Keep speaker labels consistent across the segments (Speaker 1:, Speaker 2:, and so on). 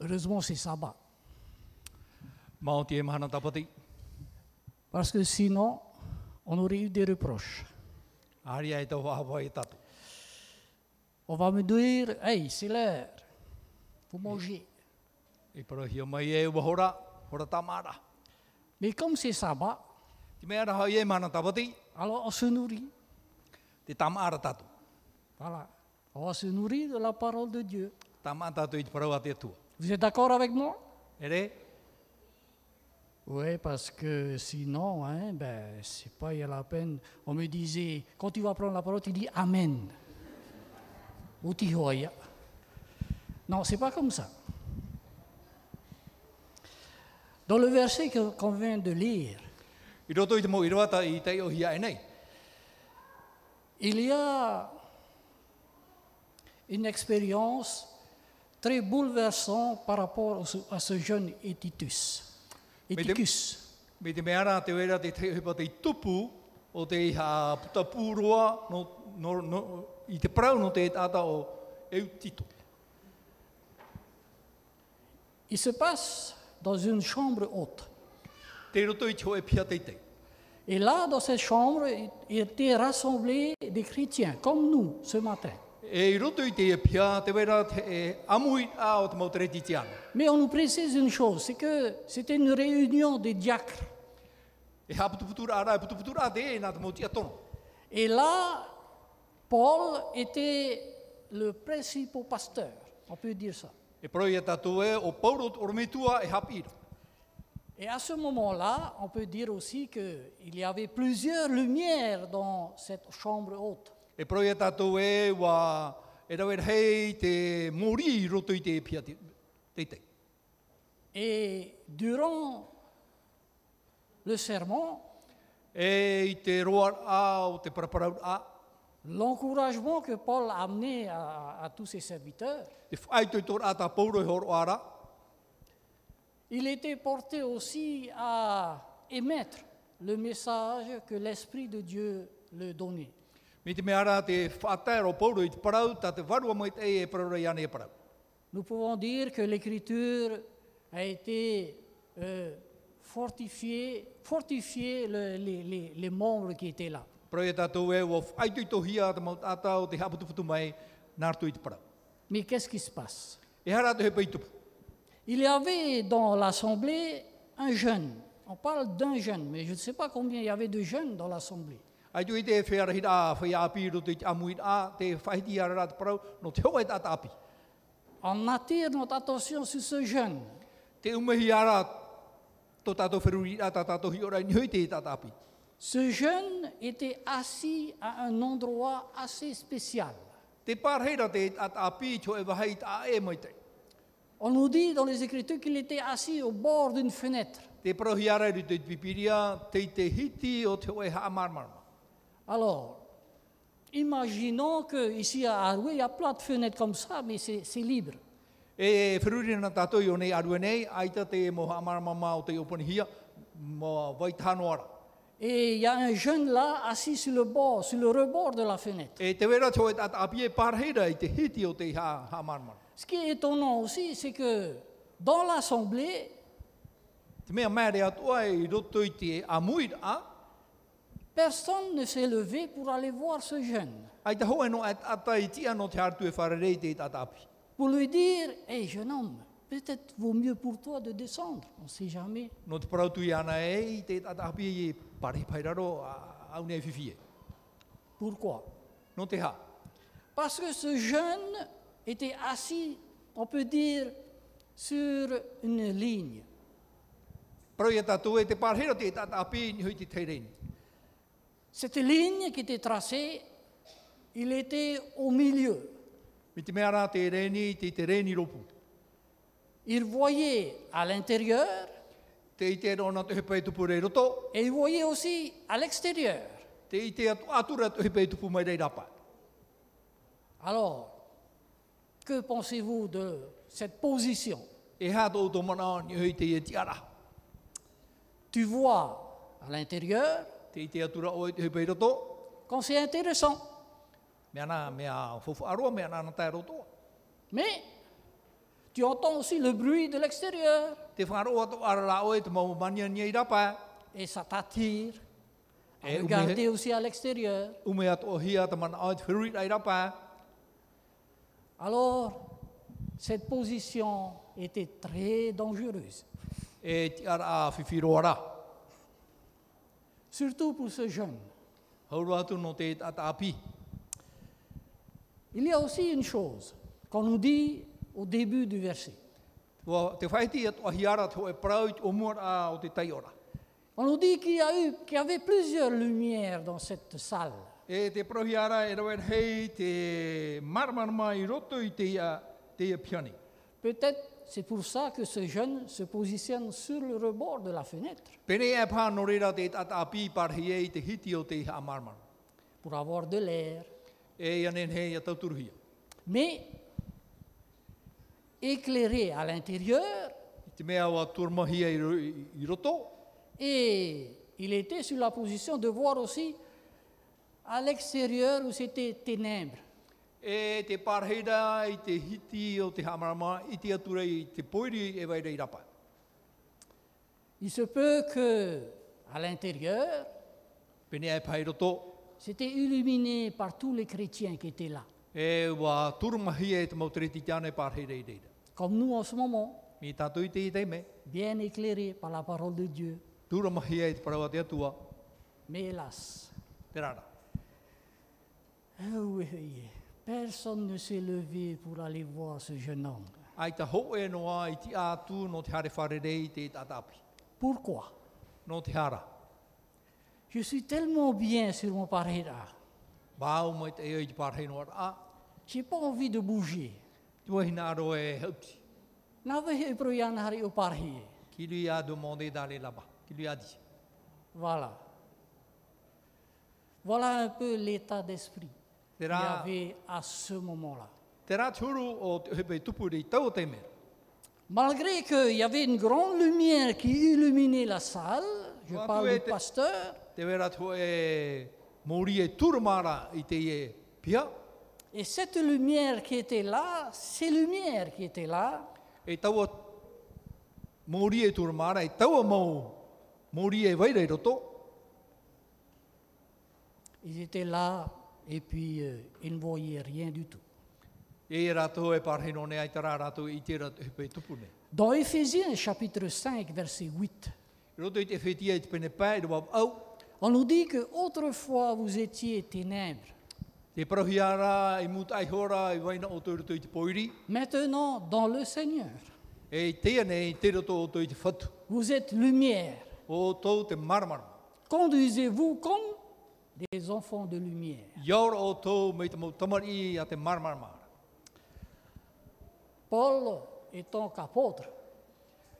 Speaker 1: Heureusement, c'est sabbat.
Speaker 2: මෞතිය මහනතපති
Speaker 1: Parce que sinon, on aurait eu des reproches.
Speaker 2: ආරිය අයිත වහපොයි තතු.
Speaker 1: On va me dire, hey, c'est l'heure, vous mangez.
Speaker 2: ඉපර හියමයේ වහොඩ හොඩතමාට.
Speaker 1: Mais comme c'est sabbat,
Speaker 2: තිමයට හයේ මනතපති
Speaker 1: alors on se nourrit.
Speaker 2: ති තම අරතතු.
Speaker 1: Voilà. On va se nourrir de la parole de Dieu.
Speaker 2: තම අතතු ඉච් පරවතයතුව.
Speaker 1: Vous êtes d'accord avec moi
Speaker 2: එරේ
Speaker 1: Oui, parce que sinon, hein, ben, c'est pas y a la peine. On me disait, quand tu vas prendre la parole, tu dis Amen. Ou tu hoya. Non, c'est pas comme ça. Dans le verset que- qu'on vient de lire,
Speaker 2: ඉරතු ඉතම ඉරවත ඊතයි ඔහිය එනයි.
Speaker 1: il y a une expérience très bouleversante par rapport au- à ce jeune Étitus.
Speaker 2: Mais de-
Speaker 1: Éticus.
Speaker 2: Miti meara te wera te te hipa te tupu o te iha puta pūroa no, no, no, i te parau no te tata o eu tito.
Speaker 1: Il se passe dans une chambre haute.
Speaker 2: Te roto i teo e pia te te.
Speaker 1: Et là, dans cette chambre, étaient rassemblés des chrétiens, comme nous ce matin.
Speaker 2: E i roto i te e pia te wera te e amui a o te mautareti te ana.
Speaker 1: Mais on nous précise une chose, c'est que c'était une réunion des diacres.
Speaker 2: E ha putu putura ara e putu putura te e nā te mauti atono.
Speaker 1: Et là, Paul était le principal pasteur, on peut dire ça.
Speaker 2: E parau i a tatu e o pauro orometua e hapira.
Speaker 1: Et à ce moment-là, on peut dire aussi qu'il y avait plusieurs lumières dans cette chambre haute.
Speaker 2: E parau i a tatu e wa e rau e hei te mori i roto i te e pia te te. te.
Speaker 1: Et durant le serment,
Speaker 2: E i te roa a o te paraparau a
Speaker 1: L'encouragement que Paul a amené à, à tous ses serviteurs,
Speaker 2: Te whaitoi tōra ata pauro i horo ara,
Speaker 1: il était porté aussi à émettre le message que l'Esprit de Dieu le donnait.
Speaker 2: me te mea rā te whātai ro pauro i te parau, ta te warua mai te e parau rei ane e parau.
Speaker 1: Nous pouvons dire que l'Écriture a été euh, fortifiée, fortifiée le- les, les- les membres qui étaient là.
Speaker 2: Parau e tātou e o whaitoi tō hia te maut ata o te haputuputu mai nārtu i te parau.
Speaker 1: Mais qu'est-ce qui se passe
Speaker 2: E hara te hepa i tupu.
Speaker 1: Il y avait dans l'Assemblée un jeune. On parle d'un jeune, mais je ne sais pas combien il y avait de jeunes dans l'Assemblée.
Speaker 2: Ai tu i te whera hira a whai api i roto i te amuin a, te whaiti ara rā te parau, no te hoa e tata api.
Speaker 1: On attire notre attention sur ce jeune.
Speaker 2: Te umehi ara tō tātou wheruri a ta tātou hi ora i nioi te tata api.
Speaker 1: Ce jeune était assis à un endroit assez spécial.
Speaker 2: Te pārheira te tata api, tō e wahai tā e mai te.
Speaker 1: On nous dit dans les Écritures qu'il était assis au bord d'une fenêtre.
Speaker 2: Te parohi ara i te pipiria, te i te hiti o te oe haamarmarma.
Speaker 1: Alors, imaginons qu'ici à Arouet, il y a plein de fenêtres comme ça, mais c'est c'est libre.
Speaker 2: E whiruri na tātou i o nei arue nei, aita te mo haamarmarma o te opanihia, mo waitano ara.
Speaker 1: Et il y a un jeune là, assis sur le bord, sur le rebord de la fenêtre.
Speaker 2: E te wera tō e tata api e pārheira i te hiti o te ha, haamarmarma.
Speaker 1: Ce qui est étonnant aussi, c'est que dans l'assemblée,
Speaker 2: Te mea mēre atua e i roto i te amuir a,
Speaker 1: personne ne s'est levé pour aller voir ce jeune.
Speaker 2: aita hoa no e tata i tia no te hartu e wharerei te tata api.
Speaker 1: pour lui dire Hé, jeune homme, peut-être vaut mieux pour toi de descendre, on ne sait jamais.
Speaker 2: No te parautu i ana e i te tata api e pārhi pairaro a- au nei whiwhi e.
Speaker 1: Pourquoi
Speaker 2: No te ha.
Speaker 1: Parce que ce jeune était assis, on peut dire, sur une ligne.
Speaker 2: Parau i a tātou e te pārheira te tata api i nihui te teireni.
Speaker 1: Cette ligne qui était tracée, il était au milieu.
Speaker 2: Me te mea rā te reni, te te reni ropu.
Speaker 1: Il voyait à l'intérieur
Speaker 2: Te i te rona te hepe tupu rei roto,
Speaker 1: et il voyait aussi à l'extérieur.
Speaker 2: te i te atu atura te hepe tupu mai rei rapa.
Speaker 1: Alors, que pensez-vous de cette position
Speaker 2: E hā tō tō mana ni hei te e tiara.
Speaker 1: Tu vois à l'intérieur
Speaker 2: Te i te atura oe te hepe roto,
Speaker 1: quand c'est intéressant.
Speaker 2: mea nā, mea fofu aroa, mea nā nā tae roto.
Speaker 1: Mais Tu entends aussi le bruit de l'extérieur
Speaker 2: te whakaroa tō ara la oe te maumani ani i rapa.
Speaker 1: et ça t'attire. à
Speaker 2: Eh,
Speaker 1: regarder
Speaker 2: oubliez-
Speaker 1: aussi à l'extérieur.
Speaker 2: Ume ato o hia te mana oe te whirui i rapa.
Speaker 1: Alors, cette position était très dangereuse,
Speaker 2: E ti ara a whiwhiroa rā.
Speaker 1: surtout pour ce jeune.
Speaker 2: Hauru atu no te tata api.
Speaker 1: Il y a aussi une chose qu'on nous dit au début du verset.
Speaker 2: Ua te whaiti atu a hiara te hoe parau i te omua rā o te tai ora.
Speaker 1: On nous dit qu'il y, a eu, qu'il y avait plusieurs lumières dans cette salle.
Speaker 2: E te parau hiara e rawen hei te maramarama i roto i te ia, te ia piani.
Speaker 1: Peut-être c'est pour ça que ce jeune se positionne sur le rebord de la fenêtre
Speaker 2: Pene e pā no reira te tata api parhi e i te hiti o te iha marmar.
Speaker 1: pour avoir de l'air.
Speaker 2: E ia nen hei a tauturuhia.
Speaker 1: Mais éclairé à l'intérieur,
Speaker 2: I te mea wa turmahia i, ro- i, i roto.
Speaker 1: et il était sur la position de voir aussi à l'extérieur où c'était ténèbres.
Speaker 2: E te parheira i te hiti o te hamarama i te atura i te poiri e waira i rapa.
Speaker 1: Il se peut que à l'intérieur,
Speaker 2: Pene e pai roto.
Speaker 1: c'était illuminé par tous les chrétiens qui étaient là,
Speaker 2: E wa turmahia e te mautereti tiana e parheira i reira.
Speaker 1: comme nous en ce moment,
Speaker 2: Mi tātou i te i teime,
Speaker 1: bien éclairés par la parole de Dieu.
Speaker 2: turmahia e te parawa te atua,
Speaker 1: Mais hélas,
Speaker 2: te rara.
Speaker 1: ah oui, oui, personne ne s'est levé pour aller voir ce jeune homme.
Speaker 2: Ai ta ho e noa i ti ātu no te hare wharerei te tatapi.
Speaker 1: Pourquoi
Speaker 2: No te hara.
Speaker 1: Je suis tellement bien sur mon parera.
Speaker 2: Bāu mai te eo i te parhei noa rā.
Speaker 1: J'ai pas envie de bouger.
Speaker 2: Tua hina aro e hauti.
Speaker 1: N'avais hébreu yan hari au parhi.
Speaker 2: Ki lui a demandé d'aller là-bas. Ki lui a dit.
Speaker 1: Voilà. Voilà un peu l'état d'esprit qu'il y
Speaker 2: Tera-
Speaker 1: avait à ce moment-là.
Speaker 2: Te rā tūru o te hepe tupu rei tau te mea.
Speaker 1: Malgré qu'il y avait une grande lumière qui illuminait la salle, je
Speaker 2: Toi,
Speaker 1: parle
Speaker 2: tu
Speaker 1: du
Speaker 2: étais-
Speaker 1: pasteur,
Speaker 2: Te wera tō e mōri e tūramara i te e pia.
Speaker 1: et cette lumière qui était là, ces lumières qui étaient là,
Speaker 2: E taua mōri e tūramara, e taua mau mōri e wairei roto.
Speaker 1: ils étaient là et puis euh, ils ne voyaient rien du tout.
Speaker 2: E rātou e pārheno nei ai tarā rātou i te rātou hepe tupu nei.
Speaker 1: Dans Éphésiens chapitre 5 verset 8,
Speaker 2: I roto i te whetia i te pene pā i rwa au.
Speaker 1: on nous dit que autrefois vous étiez ténèbres,
Speaker 2: Te parohiara i muta ai hora i waina o tō roto i te poiri.
Speaker 1: maintenant dans le Seigneur,
Speaker 2: E i teia nei te roto o tō i te whatu.
Speaker 1: vous êtes lumière.
Speaker 2: O tō te marmara.
Speaker 1: Conduisez-vous comme des enfants de lumière.
Speaker 2: Iaura o tō mei te mautamari a te marmara.
Speaker 1: Paul, étant qu'apôtre,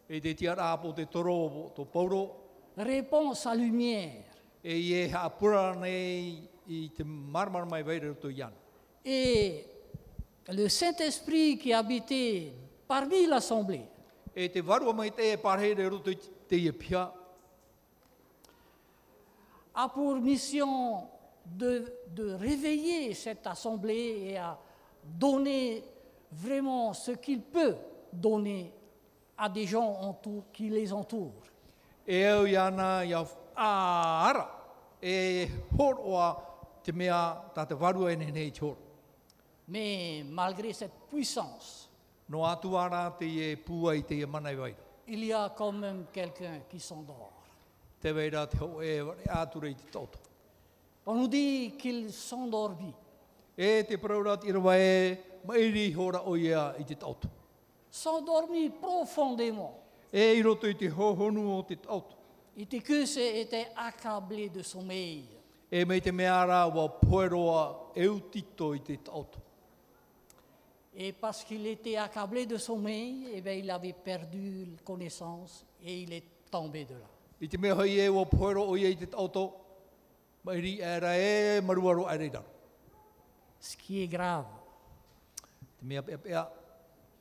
Speaker 2: E te tiara apo te toro o tō pauro.
Speaker 1: répond sa lumière
Speaker 2: E ie hapura nei i te marmara mai waira roto i ana.
Speaker 1: et le Saint-Esprit qui habitait parmi l'assemblée
Speaker 2: E te varua mai te e pārhere roto i te ia pia.
Speaker 1: a pour mission de, de réveiller cette assemblée et à donner vraiment ce qu'il peut donner à des gens entour- qui les entourent.
Speaker 2: E au i ana i a ara. E horoa te mea tā te varua e nei i te horo.
Speaker 1: Mais malgré cette puissance,
Speaker 2: No atu ara te e pua i te e mana i waira.
Speaker 1: il y a quand même quelqu'un qui s'endort.
Speaker 2: Te waira te ho e ware atura i te toto.
Speaker 1: On nous dit qu'il s'endormit.
Speaker 2: E te praurat i rawa e mairi hora o ia i te toto.
Speaker 1: S'endormit profondément.
Speaker 2: E i roto i te hohonu o te toto.
Speaker 1: Iticus était accablé de sommeil.
Speaker 2: E mei te mea ara wa poeroa e utito i te toto.
Speaker 1: Et parce qu'il était accablé de sommeil, eh bien, il avait perdu connaissance et il est tombé de là.
Speaker 2: I te mea hoi e wa poero o ia i te toto. Mairi e ra e maruaro a reidaro.
Speaker 1: Ce qui est grave,
Speaker 2: Te mea pea pea.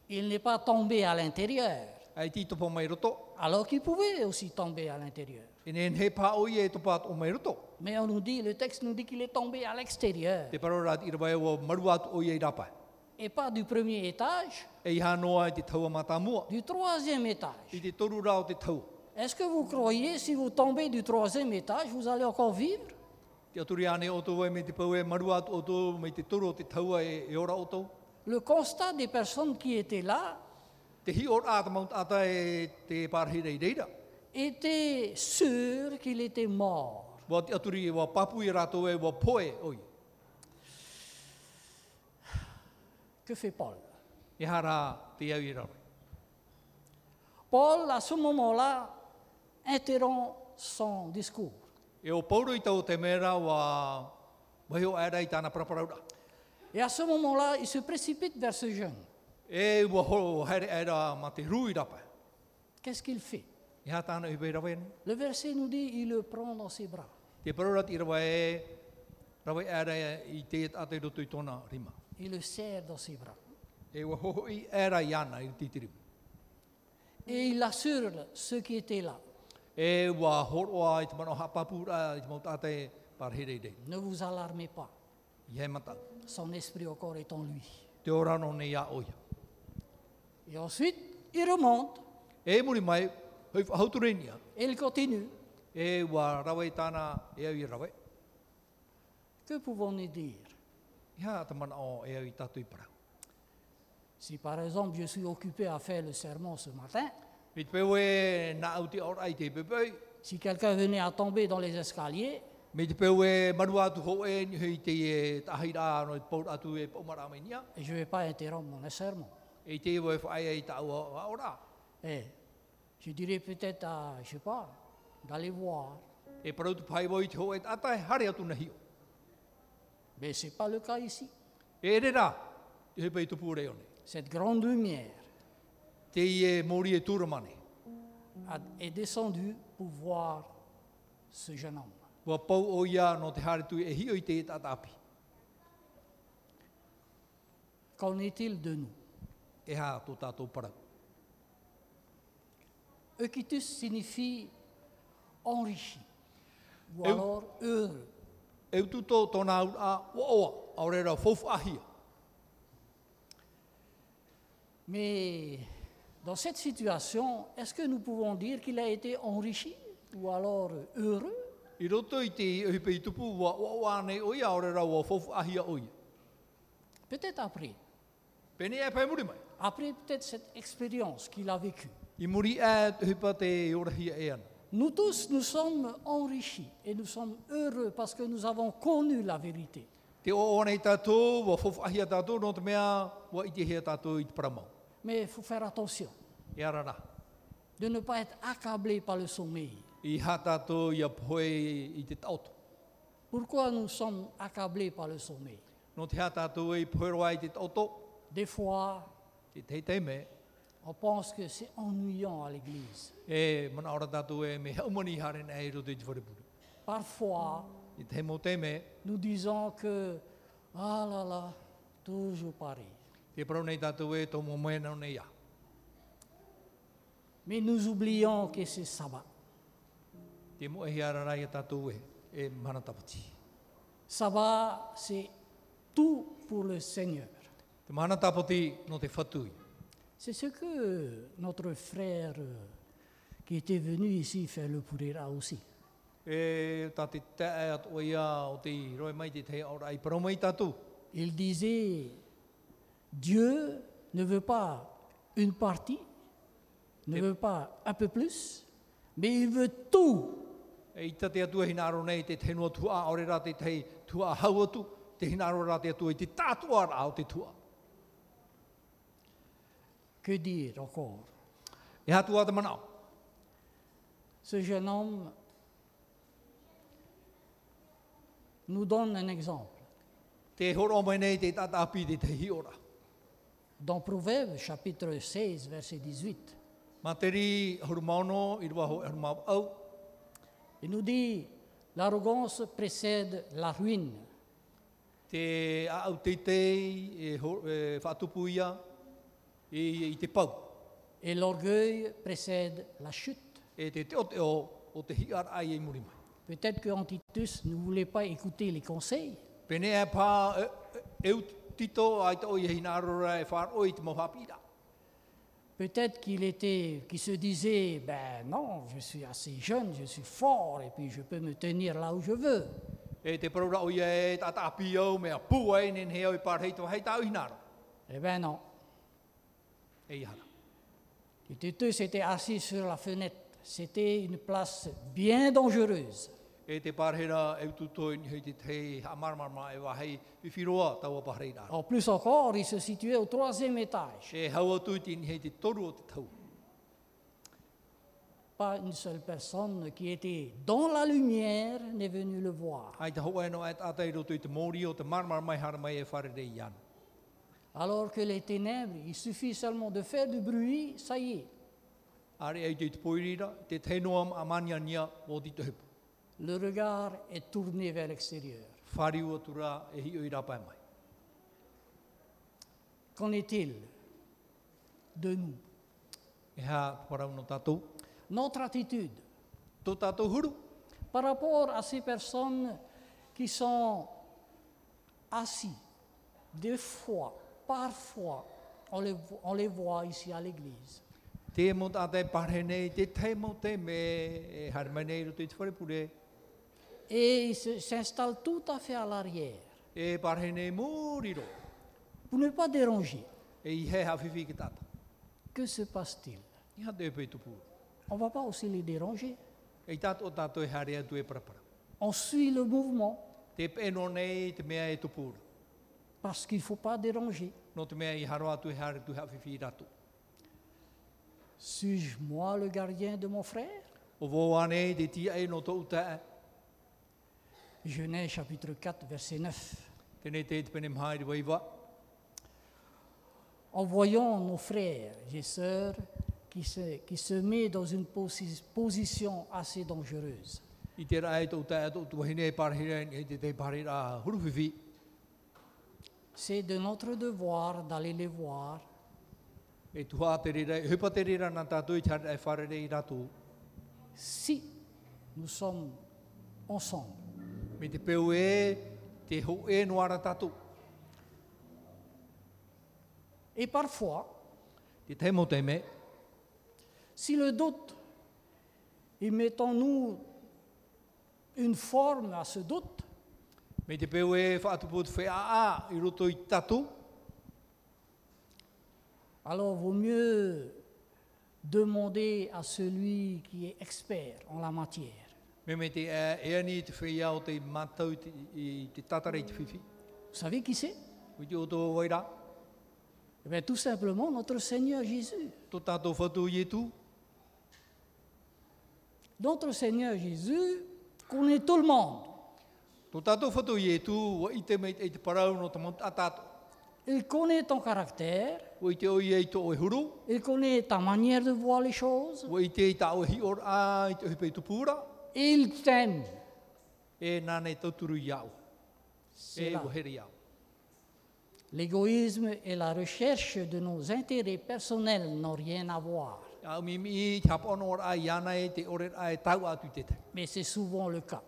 Speaker 1: il n'est pas tombé à l'intérieur,
Speaker 2: Ai ti topa mai roto.
Speaker 1: alors qu'il pouvait aussi tomber à l'intérieur.
Speaker 2: E nen he pā o ia e topa o mai roto.
Speaker 1: Mais on nous dit, le texte nous dit qu'il est tombé à l'extérieur.
Speaker 2: Te praurat i rawa e wa maruatu o ia i rapai.
Speaker 1: et pas du premier étage,
Speaker 2: e iha noa i te taua matamua.
Speaker 1: du troisième étage.
Speaker 2: I te toru rao te tau.
Speaker 1: Est-ce que vous croyez, si vous tombez du troisième étage, vous allez encore vivre
Speaker 2: Te aturi ane o tō me te pau e marua atu o tō, me te toru o te taua e, e ora o tō.
Speaker 1: Le constat des personnes qui étaient là
Speaker 2: Te hi ora ata mount ata e te pārhi rei reira.
Speaker 1: était sûr qu'il était mort.
Speaker 2: Wa te aturi e wa papu i rātou e wa poe oi.
Speaker 1: Que fait Paul
Speaker 2: E hara te au i rau.
Speaker 1: Paul, à ce moment-là, interrompt son discours.
Speaker 2: E o pauro i tau te mera wa waheo aera i tāna praparaura.
Speaker 1: Et à ce moment-là, il se précipite vers ce jeune.
Speaker 2: E ua horo o haere aera ma te rūi rapa.
Speaker 1: Qu'est-ce qu'il fait
Speaker 2: E hā tāna i pei rawa ene.
Speaker 1: Le verset nous dit, il le prend dans ses bras.
Speaker 2: Te paraura i rawa e rawa aera i te ata i roto i tōna rima.
Speaker 1: Il le serre dans ses bras.
Speaker 2: E ua hoho i aera i ana i titirimu.
Speaker 1: Et il assure ceux qui étaient là.
Speaker 2: E ua horoa i te mano hapapura i te mauta te parhere i rei.
Speaker 1: Ne vous alarmez pas.
Speaker 2: I hei mata.
Speaker 1: Son esprit encore est en lui.
Speaker 2: Te ora no nei a oia.
Speaker 1: Et ensuite, il remonte
Speaker 2: E muri mai, hoi whahauturenia.
Speaker 1: et il continue.
Speaker 2: E ua rawe tāna e au i rawe.
Speaker 1: Que pouvons-nous dire
Speaker 2: I hā te mana o e au i tatu i parau.
Speaker 1: Si par exemple je suis occupé à faire le sermon ce matin,
Speaker 2: I te peu e nā au te ora i te pepeu.
Speaker 1: si quelqu'un venait à tomber dans les escaliers,
Speaker 2: Me te peu e marua atu ho e ni hei te e tahira no i paur atu e paumara mai nia.
Speaker 1: je ne vais pas interrompre mon sermon.
Speaker 2: E te ua e whaia i tāu a ora.
Speaker 1: Et je dirais peut-être à, je sais pas, d'aller voir.
Speaker 2: E parau tu pai i te ho e tata e hare atu na hio.
Speaker 1: Mais ce n'est pas le cas ici.
Speaker 2: E re rā, te hei pei tupu reo nei.
Speaker 1: Cette grande lumière
Speaker 2: te ie mori e turamane.
Speaker 1: a- est descendue pour voir ce jeune homme.
Speaker 2: Wa pau o ia no te hare tui e hio i te e tatapi.
Speaker 1: Qu'en est-il de nous
Speaker 2: E hā tō tātou parau.
Speaker 1: Euchitus signifie enrichi ou
Speaker 2: Et-
Speaker 1: alors heureux.
Speaker 2: E utu tō tōna ura wa oa, aure rau fofu ahia.
Speaker 1: Mais dans cette situation, est-ce que nous pouvons dire qu'il a été enrichi ou alors heureux
Speaker 2: I roto i te hipe i tupu wa wa oa nei o ia aure rau wa fofu ahia o ia.
Speaker 1: Peut-être après.
Speaker 2: Pene e pai muri mai.
Speaker 1: Après peut-être cette expérience qu'il a vécue.
Speaker 2: I muri e te hipa te orahia e ana.
Speaker 1: Nous tous, nous sommes enrichis et nous sommes heureux parce que nous avons connu la vérité.
Speaker 2: Te o oa nei tātou, wa fofu ahia tātou, no te mea wa i te hea tātou i te paramau.
Speaker 1: Mais il faut faire attention
Speaker 2: E ara rā.
Speaker 1: de ne pas être accablé par le sommeil.
Speaker 2: I hā tātou ia poe i te tautu.
Speaker 1: Pourquoi nous sommes accablés par le sommeil
Speaker 2: No te hā tātou i poe roa i te tautu.
Speaker 1: Des fois,
Speaker 2: Te tei tei me,
Speaker 1: on pense que c'est ennuyant à l'église.
Speaker 2: e mana ora tātou e me haumani haren e roto i te wharepuru.
Speaker 1: Parfois,
Speaker 2: I te mo te me,
Speaker 1: nous disons que, ah là là, toujours pareil.
Speaker 2: te parau nei tātou e tō mō nau nei a.
Speaker 1: Mais nous oublions que c'est sabbat.
Speaker 2: Te mo e hiara rai a tātou e, e mana tapati.
Speaker 1: Sabbat, c'est tout pour le Seigneur.
Speaker 2: Te mana tapati no te whatui.
Speaker 1: C'est ce que notre frère euh, qui était venu ici faire le purera aussi.
Speaker 2: E tā te te e at o ia o te roi mai te te ora i parau mai tātou.
Speaker 1: Il disait, Dieu ne veut pas une partie, ne veut pas un peu plus, mais il veut tout.
Speaker 2: E i tate atua hina aro nei te tenua tua ore rā te tei tua hau atu, te hina aro rā te atua i te tātua rā o te tua.
Speaker 1: Que dire encore
Speaker 2: E hatua te manao.
Speaker 1: Ce jeune homme nous donne un exemple.
Speaker 2: Te horo mai nei te tatapi te te hi ora.
Speaker 1: Dans Proverbes chapitre 16, verset 18,
Speaker 2: Mā te ri hurumauno, i rua ho hurumau au,
Speaker 1: il nous dit, l'arrogance précède la ruine,
Speaker 2: te au te te, e, ho- e whatupu ia, e, i, i te pau,
Speaker 1: et l'orgueil précède la chute.
Speaker 2: e te teo teo o te hiar ai e muri mai.
Speaker 1: Peut-être que Antitus ne voulait pas écouter les conseils,
Speaker 2: Pene e pā, e, e, e, tito ai to ye hinarora e far oi te mohapira.
Speaker 1: Peut-être qu'il était, qu'il se disait, ben non, je suis assez jeune, je suis fort, et puis je peux me tenir là où je veux.
Speaker 2: E te paraura o ia e tata api au mea pua e nen heo i parhei tō hei tau hinaro.
Speaker 1: Eh ben non.
Speaker 2: E i hana.
Speaker 1: Les têteux s'étaient assis sur la fenêtre. C'était une place bien dangereuse.
Speaker 2: E te parhera e ututo i hei te tei hamarmarma e wahei whiwhiroa taua parhei nāra.
Speaker 1: En plus encore, il se situait au troisième étage.
Speaker 2: E haua tui te hei te toru o te tau.
Speaker 1: Pas une seule personne qui était dans la lumière n'est venue le voir.
Speaker 2: Ai te hoa no e tata i roto i te mōri o te marmar mai hara mai e wharere i ana.
Speaker 1: Alors que les ténèbres, il suffit seulement de faire du bruit, ça y est,
Speaker 2: Are e te te poirira, te te noam amania nia o di te hepu.
Speaker 1: le regard est tourné vers l'extérieur.
Speaker 2: Whariu o tura e hi o i rapai mai.
Speaker 1: Qu'en est-il de nous
Speaker 2: E ha parau no tātou.
Speaker 1: Notre attitude
Speaker 2: Tō tātou huru.
Speaker 1: par rapport à ces personnes qui sont assis, des fois, parfois, on les, vo- on les voit ici à l'église.
Speaker 2: Te mo tātai pārhe nei, te te mo te me e harmai nei roto i te wharepure.
Speaker 1: Et ils se- s'installent tout à fait à l'arrière
Speaker 2: E pārhe nei mōriro.
Speaker 1: pour ne pas déranger.
Speaker 2: E i he hawhiwhi ki tātou.
Speaker 1: Que se passe-t-il
Speaker 2: I ha te epe tupu.
Speaker 1: On ne va pas aussi les déranger.
Speaker 2: E i tātou o tātou e harea tu e parapara.
Speaker 1: On suit le mouvement
Speaker 2: Te pēno nei te mea e tupu.
Speaker 1: parce qu'il ne faut pas déranger.
Speaker 2: No te mea i haro atu e hare tu hawhiwhi i rātou.
Speaker 1: Suis-je moi le gardien de mon frère
Speaker 2: O vō anei te tia e no tō uta e.
Speaker 1: Genèse chapitre 4, verset 9.
Speaker 2: Tēnei te te pene mhai te waiwa.
Speaker 1: en voyant nos frères et sœurs qui se, qui se mettent dans une posi- position assez dangereuse.
Speaker 2: I te rai tō uta e tō tu wahine e pārhira e te te pārhira huruwhiwhi.
Speaker 1: C'est de notre devoir d'aller les voir,
Speaker 2: E tuha te rira, e hupa te rira nā tātou i te hare e wharere i rātou.
Speaker 1: si nous sommes ensemble,
Speaker 2: Me te peo e, te ho e noara tātou.
Speaker 1: et parfois,
Speaker 2: Te teimo te me,
Speaker 1: si le doute, et mettons-nous une forme à ce doute,
Speaker 2: me te peo e whaatupu te whea a i roto i tātou.
Speaker 1: alors vaut mieux demander à celui qui est expert en la matière.
Speaker 2: Me me te e, e ani te whea o te mātau te, i te tatare i te whiwhi.
Speaker 1: Vous savez qui c'est
Speaker 2: O te o tō waira,
Speaker 1: Eh bien, Tout simplement notre Seigneur Jésus.
Speaker 2: tō tātou whatu i e tū.
Speaker 1: Notre Seigneur Jésus connaît tout le monde.
Speaker 2: Tō tātou whatu i e tū, wa i te me i te parau no te mont a tātou.
Speaker 1: Il connaît ton caractère,
Speaker 2: O i te o i e i tō o e huru,
Speaker 1: il connaît ta manière de voir les choses,
Speaker 2: o i te i tā o e hi ora a i te hipe i tupura,
Speaker 1: et il t'aime.
Speaker 2: e nāne tauturu i au,
Speaker 1: C'est
Speaker 2: e
Speaker 1: là.
Speaker 2: wohere i au.
Speaker 1: L'égoïsme et la recherche de nos intérêts personnels n'ont rien à voir,
Speaker 2: A mi mi te hapono ora ai ana e te ore ai tau atu i te te.
Speaker 1: mais c'est souvent le cas.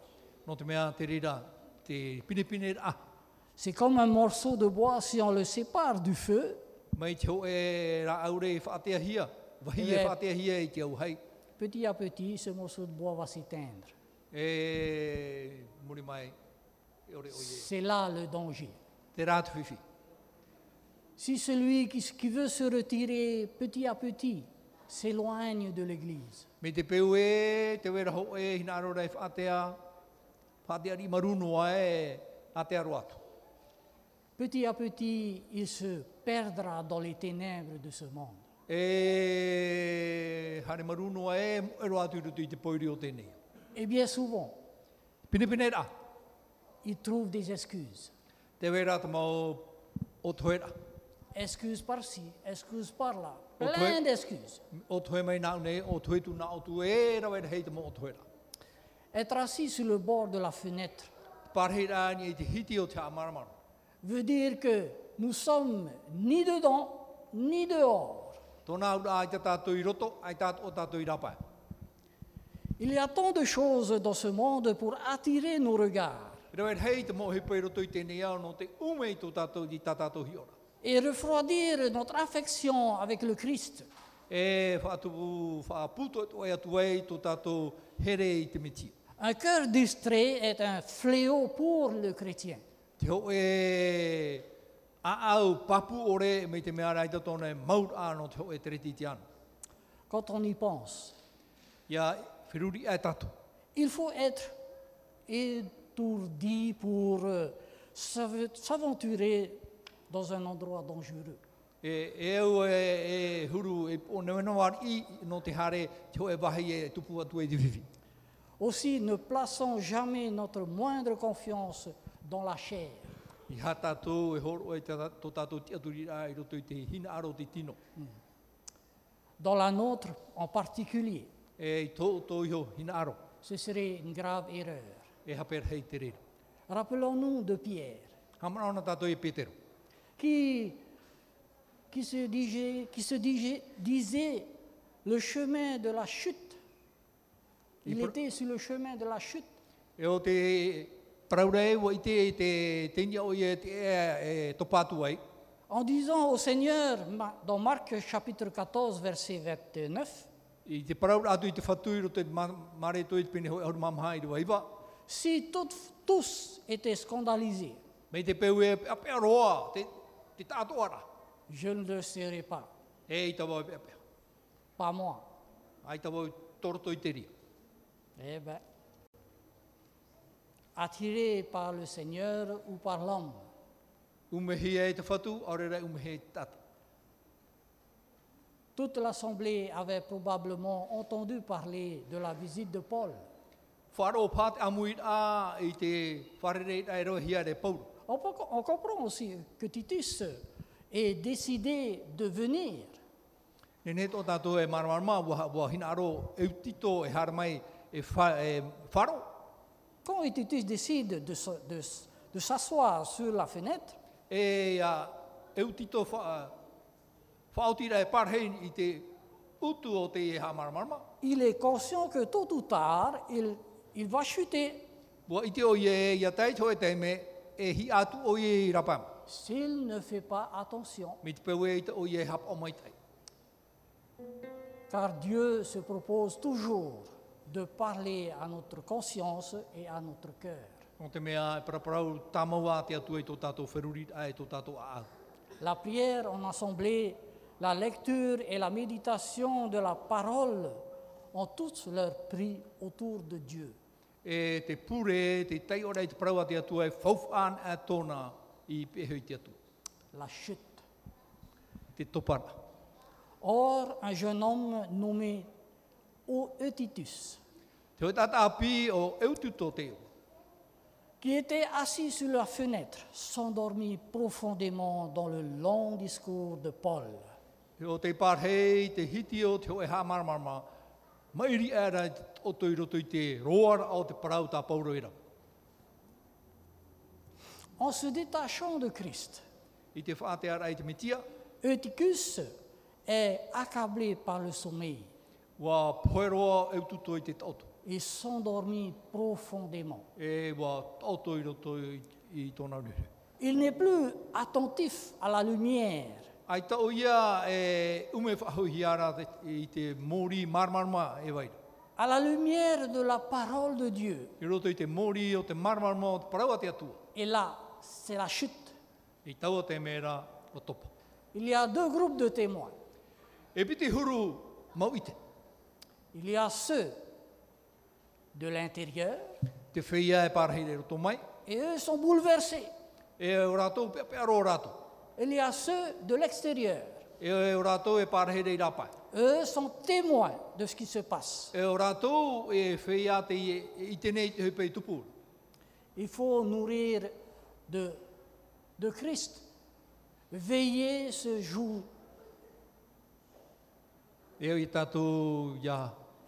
Speaker 2: No te mea te rira te pinepine a.
Speaker 1: C'est comme un morceau de bois, si on le sépare du feu,
Speaker 2: Mai te ho e ra aure i whaatea hia. Wahi e
Speaker 1: Yeah.
Speaker 2: whaatea hia i te au hei.
Speaker 1: petit à petit, ce morceau de bois va s'éteindre.
Speaker 2: E muri mai e ore oie.
Speaker 1: C'est là le danger.
Speaker 2: Te rā te whiwhi.
Speaker 1: Si celui qui, qui veut se retirer petit à petit s'éloigne de l'Église,
Speaker 2: Me te peu e, te wera ho e hina arora e whaatea. Whaatea ri maruno a e atearo atu.
Speaker 1: Petit à petit, il se perdra dans les ténèbres de ce monde.
Speaker 2: E hare maruno a e ero atu i rutu i te poiri o tēnei.
Speaker 1: Et bien souvent,
Speaker 2: Pinepine a.
Speaker 1: il trouve des excuses.
Speaker 2: Te wera te mau o toera.
Speaker 1: Excuses par-ci, excuses par-là.
Speaker 2: Ok.
Speaker 1: Plein d'excuses.
Speaker 2: O toe mai nau nei, o toe tu nau tu e rawe hei te mo o toera.
Speaker 1: Être assis sur le bord de la fenêtre
Speaker 2: Parhei rā ni i te hiti o te amaramaro.
Speaker 1: veut dire que nous sommes ni dedans, ni dehors.
Speaker 2: Tōna ura ai te tātou i roto, ai tātou o tātou i rapai.
Speaker 1: Il y a tant de choses dans ce monde pour attirer nos regards.
Speaker 2: Rewet hei te mohi pero tui te nea no te umei tō tātou i tā tātou hiora.
Speaker 1: et refroidir notre affection avec le Christ.
Speaker 2: E whaatupu whaaputo e ai atu ei tō tātou here i te miti.
Speaker 1: Un cœur distrait est un fléau pour le chrétien.
Speaker 2: Te ho e a au papu ore me te mea raita tōna e maur anō te ho e tereti te ana.
Speaker 1: Quand on y pense,
Speaker 2: Ia whiruri ai tātou.
Speaker 1: il faut être étourdi pour euh, s'av- s'aventurer dans un endroit dangereux.
Speaker 2: E, e au e, e huru e o newenawar i no te hare te ho e wahi e tupu atu e te whiwi.
Speaker 1: Aussi, ne plaçons jamais notre moindre confiance dans la chair,
Speaker 2: I ha tātou e horo e tā- tō tātou te aturi rā i roto i te hina aro te tino.
Speaker 1: dans la nôtre en particulier.
Speaker 2: E i tō tō iho hina aro
Speaker 1: Ce serait une grave erreur.
Speaker 2: e haper hei te rero.
Speaker 1: Rappelons-nous de Pierre.
Speaker 2: Hamana ona tātou e Petero.
Speaker 1: qui, qui se, disait, qui se disait, disait le chemin de la chute. Il
Speaker 2: Il pro-
Speaker 1: était sur le chemin de la chute.
Speaker 2: E o te praurei wa i te te tenia o i e te e, e topātu ai.
Speaker 1: En disant au Seigneur, Ma- dans Marc chapitre 14, verset 29,
Speaker 2: I te praura atu i te whatu i roto i te ma- mare tō i te pene hoi aru mamaha i te waiwa.
Speaker 1: si toutes- tous étaient scandalisés,
Speaker 2: Mei te peu e apea roa, te, te tātou ara.
Speaker 1: je ne le serai pas,
Speaker 2: E i tawa e apea.
Speaker 1: pas moi.
Speaker 2: Ai tawa toroto i te ria.
Speaker 1: Eh ben, attiré par le Seigneur ou par l'homme,
Speaker 2: Umehi e te whatu, aurera umehi e te tata.
Speaker 1: toute l'assemblée avait probablement entendu parler de la visite de Paul.
Speaker 2: Wharo pāt amuit a i te wharereit ai roa hia re pauro.
Speaker 1: On, peut- on comprend aussi que Titus ait décidé de venir,
Speaker 2: Nene tō tātou e maramarama wā, wā hina aro e utito e haramai e, wha, e wharo.
Speaker 1: quand Titus décide de, se- de s- de s'asseoir sur la fenêtre,
Speaker 2: E a, e utito wha, whaotira e parhei i te utu o te e ha maramarama.
Speaker 1: il est conscient que tôt ou tard, il, il va chuter
Speaker 2: Wa ite o ye ia tai tō e teime e hi atu o ye i rapam.
Speaker 1: s'il ne fait pas attention,
Speaker 2: Me te pewe i te o ye hap o mai tai.
Speaker 1: car Dieu se propose toujours de parler à notre conscience et à notre cœur.
Speaker 2: Nō te mea e paraparau tamaua te atu e tō tātou wheruri a e tō tātou a au.
Speaker 1: La prière en assemblée, la lecture et la méditation de la parole ont tous leur prix autour de Dieu.
Speaker 2: e te pure, te tai ora i te parau a te atua, e whauwh an a tōna i peheu te atua,
Speaker 1: la chute.
Speaker 2: te topara.
Speaker 1: Or, un jeune homme nommé O- Eutychus,
Speaker 2: Te hoi tata api o eututo teo,
Speaker 1: qui était assis sur la fenêtre, s'endormit profondément dans le long discours de Paul.
Speaker 2: te o te parhei, te hiti o te hoi hamarmarma, mairi ara o toi roto i te roara o te parau tā pauro era.
Speaker 1: En se détachant de Christ,
Speaker 2: I te whaate ara i te mitia,
Speaker 1: Eutychus est accablé par le sommeil
Speaker 2: wā poeroa eututo i te taoto,
Speaker 1: et s'endormit profondément.
Speaker 2: e wā taoto i roto i, i tōna rere.
Speaker 1: Il n'est plus attentif à la lumière
Speaker 2: Ai tau ia e ume whahui ara te, i te mōri marmarma e waira.
Speaker 1: à la lumière de la parole de Dieu.
Speaker 2: I roto i te mōri o te marmarma o te parawa te atua.
Speaker 1: Et là, c'est la chute.
Speaker 2: I taua te mera o topa.
Speaker 1: Il y a deux groupes de témoins.
Speaker 2: E piti huru mau ite.
Speaker 1: Il y a ceux de l'intérieur
Speaker 2: Te whia e pārheire roto mai.
Speaker 1: et eux sont bouleversés.
Speaker 2: E o rātou pe pe aro o rātou.
Speaker 1: Il y a ceux de l'extérieur.
Speaker 2: E o rātou e pārheire i rāpai.
Speaker 1: Eux sont témoins de ce qui se passe.
Speaker 2: E o rātou e whia te i, i te nei te hupe i tupūra.
Speaker 1: Il faut nourrir de, de Christ. Veiller ce jour
Speaker 2: E o i tātou ia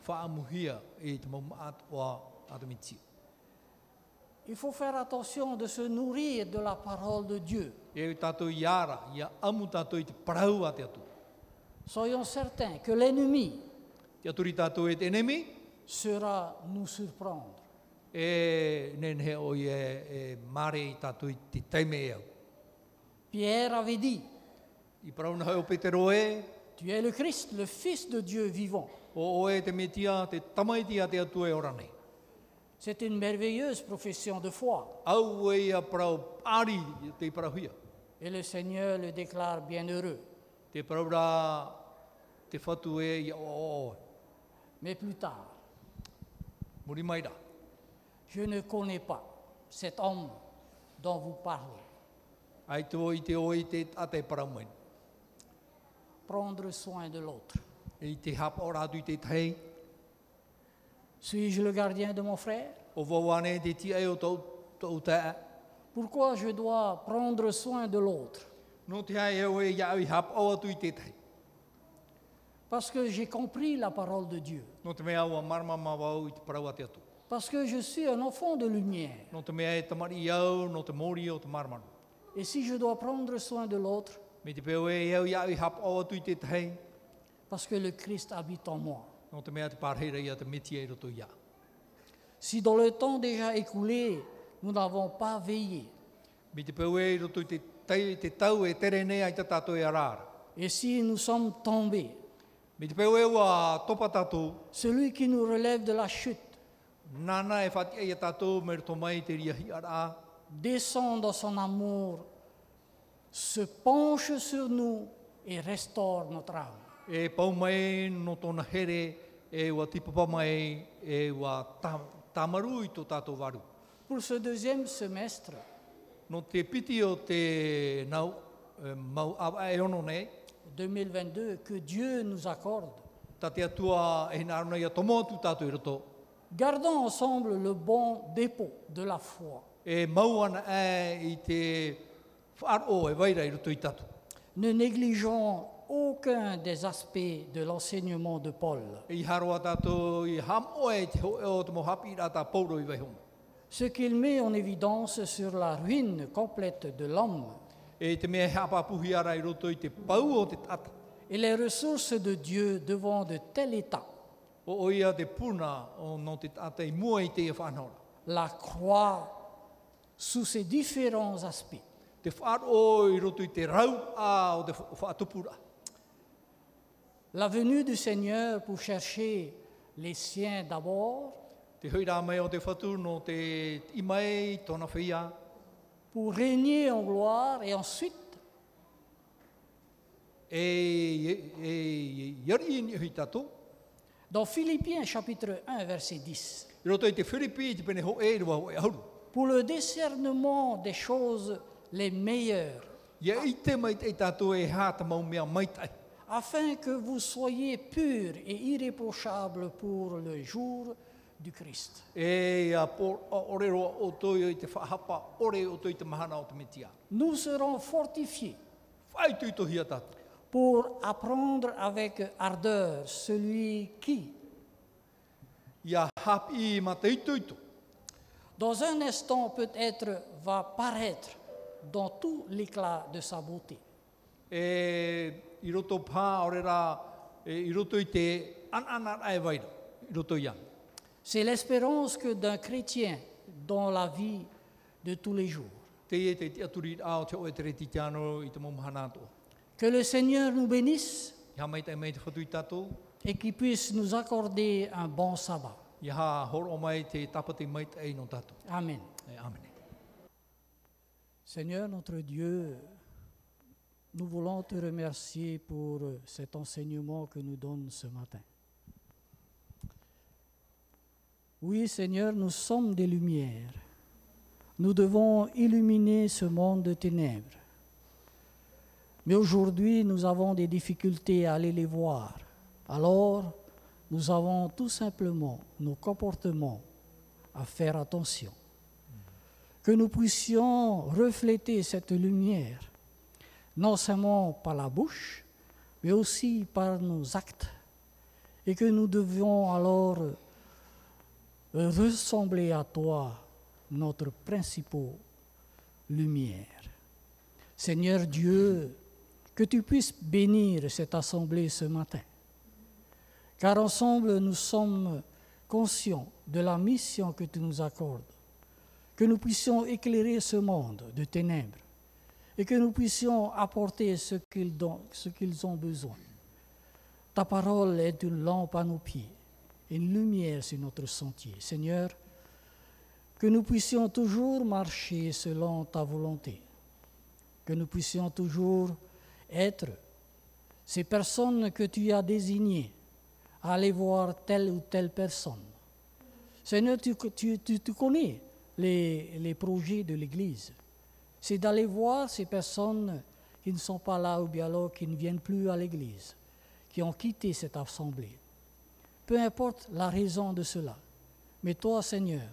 Speaker 2: whaamuhia e te mau maat o a atamiti.
Speaker 1: Il faut faire attention de se nourrir de la parole de Dieu.
Speaker 2: E o i tātou iara, ia amu tātou i te parau a te atu.
Speaker 1: Soyons certains que l'ennemi
Speaker 2: Te aturi tātou e te enemi,
Speaker 1: sera nous surprendre.
Speaker 2: e nenhe o i e, e mare i tatu i te teime au.
Speaker 1: Pierre avait dit,
Speaker 2: I prauna hau Petero e,
Speaker 1: tu es le Christ, le Fils de Dieu vivant.
Speaker 2: o oe te metia, te tamaitia te atu e oranei.
Speaker 1: C'est une merveilleuse profession de foi.
Speaker 2: Au e ia prau ari te prahuia.
Speaker 1: Et le Seigneur le déclare bienheureux.
Speaker 2: Te praura te whatu e ia o o
Speaker 1: Mais plus tard,
Speaker 2: muri mai rā.
Speaker 1: je ne connais pas cet homme dont vous parlez.
Speaker 2: Ai tō i te oe te ate paramain.
Speaker 1: Prendre soin de l'autre.
Speaker 2: E I te hapa o rātu i te tei,
Speaker 1: Suis-je le gardien de mon frère
Speaker 2: o wawane te ti e o tau tau taa.
Speaker 1: Pourquoi je dois prendre soin de l'autre
Speaker 2: No te hai e oe ia au i hapa o atu i te tei.
Speaker 1: Parce que j'ai compris la parole de Dieu.
Speaker 2: No te mea ua marmama wau i te parau ate atu.
Speaker 1: Parce que je suis un enfant de lumière.
Speaker 2: No te mea e tamari i au, no te mori o te marmanu.
Speaker 1: Et si je dois prendre soin de l'autre,
Speaker 2: Me te peo e iau iau i hapa o atu i te tei,
Speaker 1: parce que le Christ habite en moi.
Speaker 2: no te mea te pārheira ia te miti e roto ia.
Speaker 1: Si dans le temps déjà écoulé, nous n'avons pas veillé,
Speaker 2: Me te peo e roto i te, tei, te tau e tere nei ai te tātou e arara.
Speaker 1: et si nous sommes tombés,
Speaker 2: Me te peo e ua topa tātou,
Speaker 1: celui qui nous relève de la chute
Speaker 2: nana e whatia i a tātou me roto mai te riahi ara,
Speaker 1: descend dans son amour, se penche sur nous et restaure notre âme.
Speaker 2: e pau mai no tōna here, e ua tipapa mai, e ua tam, tamaru i tō tātou waru.
Speaker 1: Pour ce deuxième semestre,
Speaker 2: No te piti o te nau, e, mau awa e ono nei,
Speaker 1: 2022 que Dieu nous accorde.
Speaker 2: ta te atua e nā runa ia tomo atu tātou i roto,
Speaker 1: Gardons ensemble le bon dépôt de la foi.
Speaker 2: e mau ana e i te whaaro e waira i roto i tātou.
Speaker 1: Ne négligeons aucun des aspects de l'enseignement de Paul.
Speaker 2: I haroa tātou i ham oe te ho e o te mohapi i rātā pauro i waihomo.
Speaker 1: Ce qu'il met en évidence sur la ruine complète de l'homme
Speaker 2: E te mea hapa puhi ara i roto i te pau o te tata.
Speaker 1: et les ressources de Dieu devant de tel état.
Speaker 2: O oia te puna o no te tata i mua i te e whanora.
Speaker 1: La croix sous ses différents aspects.
Speaker 2: Te whaaro i roto i te rau a o te whaatupura.
Speaker 1: La venue du Seigneur pour chercher les siens d'abord,
Speaker 2: Te hoira mai o te whatu no te imai tōna whia.
Speaker 1: pour régner en gloire et ensuite
Speaker 2: E, e, e, e iari i ni hui tātou.
Speaker 1: Dans Philippiens chapitre 1 verset 10,
Speaker 2: I roto i te Whiripi i te pene ho e rua ho e auru.
Speaker 1: pour le discernement des choses les meilleures,
Speaker 2: Ia i te mai te tātou e hāta mau mea maitai.
Speaker 1: afin que vous soyez purs et irréprochables pour le jour du Christ.
Speaker 2: E a por a ore roa o toi i te whahapa, ore o toi te mahana o te metia.
Speaker 1: Nous serons fortifiés
Speaker 2: Whai tui tohi a tātou.
Speaker 1: pour apprendre avec ardeur celui qui,
Speaker 2: Ia hapi i ma te ituitu.
Speaker 1: dans un instant peut-être, va paraître dans tout l'éclat de sa beauté.
Speaker 2: E i roto pā ore rā, e, i roto i te anana ai waira. I roto ia.
Speaker 1: C'est l'espérance que d'un chrétien dans la vie de tous les jours.
Speaker 2: Te e te aturi a o te oe te reti te ano i te momahana ato.
Speaker 1: Que le Seigneur nous bénisse
Speaker 2: Ia mai tai mai te whatui tātou.
Speaker 1: et qu'il puisse nous accorder un bon sabbat.
Speaker 2: Ia ha horo mai te tapate mai te no tātou.
Speaker 1: Amen.
Speaker 2: E amene.
Speaker 1: Seigneur notre Dieu, nous voulons te remercier pour cet enseignement que nous donne ce matin. Oui Seigneur, nous sommes des lumières. Nous devons illuminer ce monde de ténèbres. Mais aujourd'hui, nous avons des difficultés à aller les voir. Alors, nous avons tout simplement nos comportements à faire attention que nous puissions refléter cette lumière, non seulement par la bouche, mais aussi par nos actes, et que nous devions alors euh, ressembler à toi, notre principale lumière. Seigneur Dieu, que tu puisses bénir cette assemblée ce matin, car ensemble nous sommes conscients de la mission que tu nous accordes, que nous puissions éclairer ce monde de ténèbres et que nous puissions apporter ce qu'ils don- ce qu'ils ont besoin. Ta parole est une lampe à nos pieds, une lumière sur notre sentier. Seigneur, que nous puissions toujours marcher selon ta volonté, que nous puissions toujours être ces personnes que tu as désignées, à aller voir telle ou telle personne. Seigneur, tu, tu- tu- tu connais les, les projets de l'Église. C'est d'aller voir ces personnes qui ne sont pas là au dialogue, qui ne viennent plus à l'Église, qui ont quitté cette assemblée. Peu importe la raison de cela. Mais toi, Seigneur,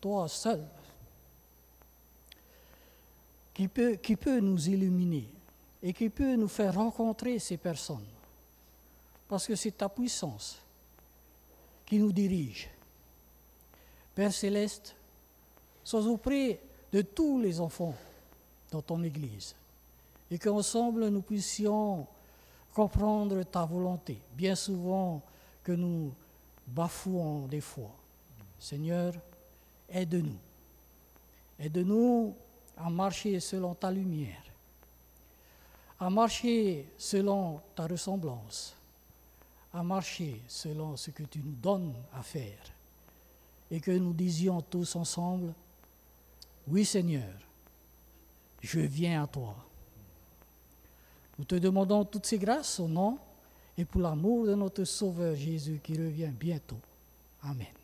Speaker 1: toi seul, qui peut, qui peut nous illuminer et qui peut nous faire rencontrer ces personnes. Parce que c'est ta puissance qui nous dirige. Père céleste, sois auprès de tous les enfants dans ton Église et qu'ensemble nous puissions comprendre ta volonté, bien souvent que nous bafouons des fois. Seigneur, aide-nous. Aide-nous à marcher selon ta lumière, à marcher selon ta ressemblance, à marcher selon ce que tu nous donnes à faire. Et que nous disions tous ensemble, oui Seigneur, je viens à toi. Nous te demandons toutes ces grâces au nom et pour l'amour de notre Sauveur Jésus qui revient bientôt. Amen.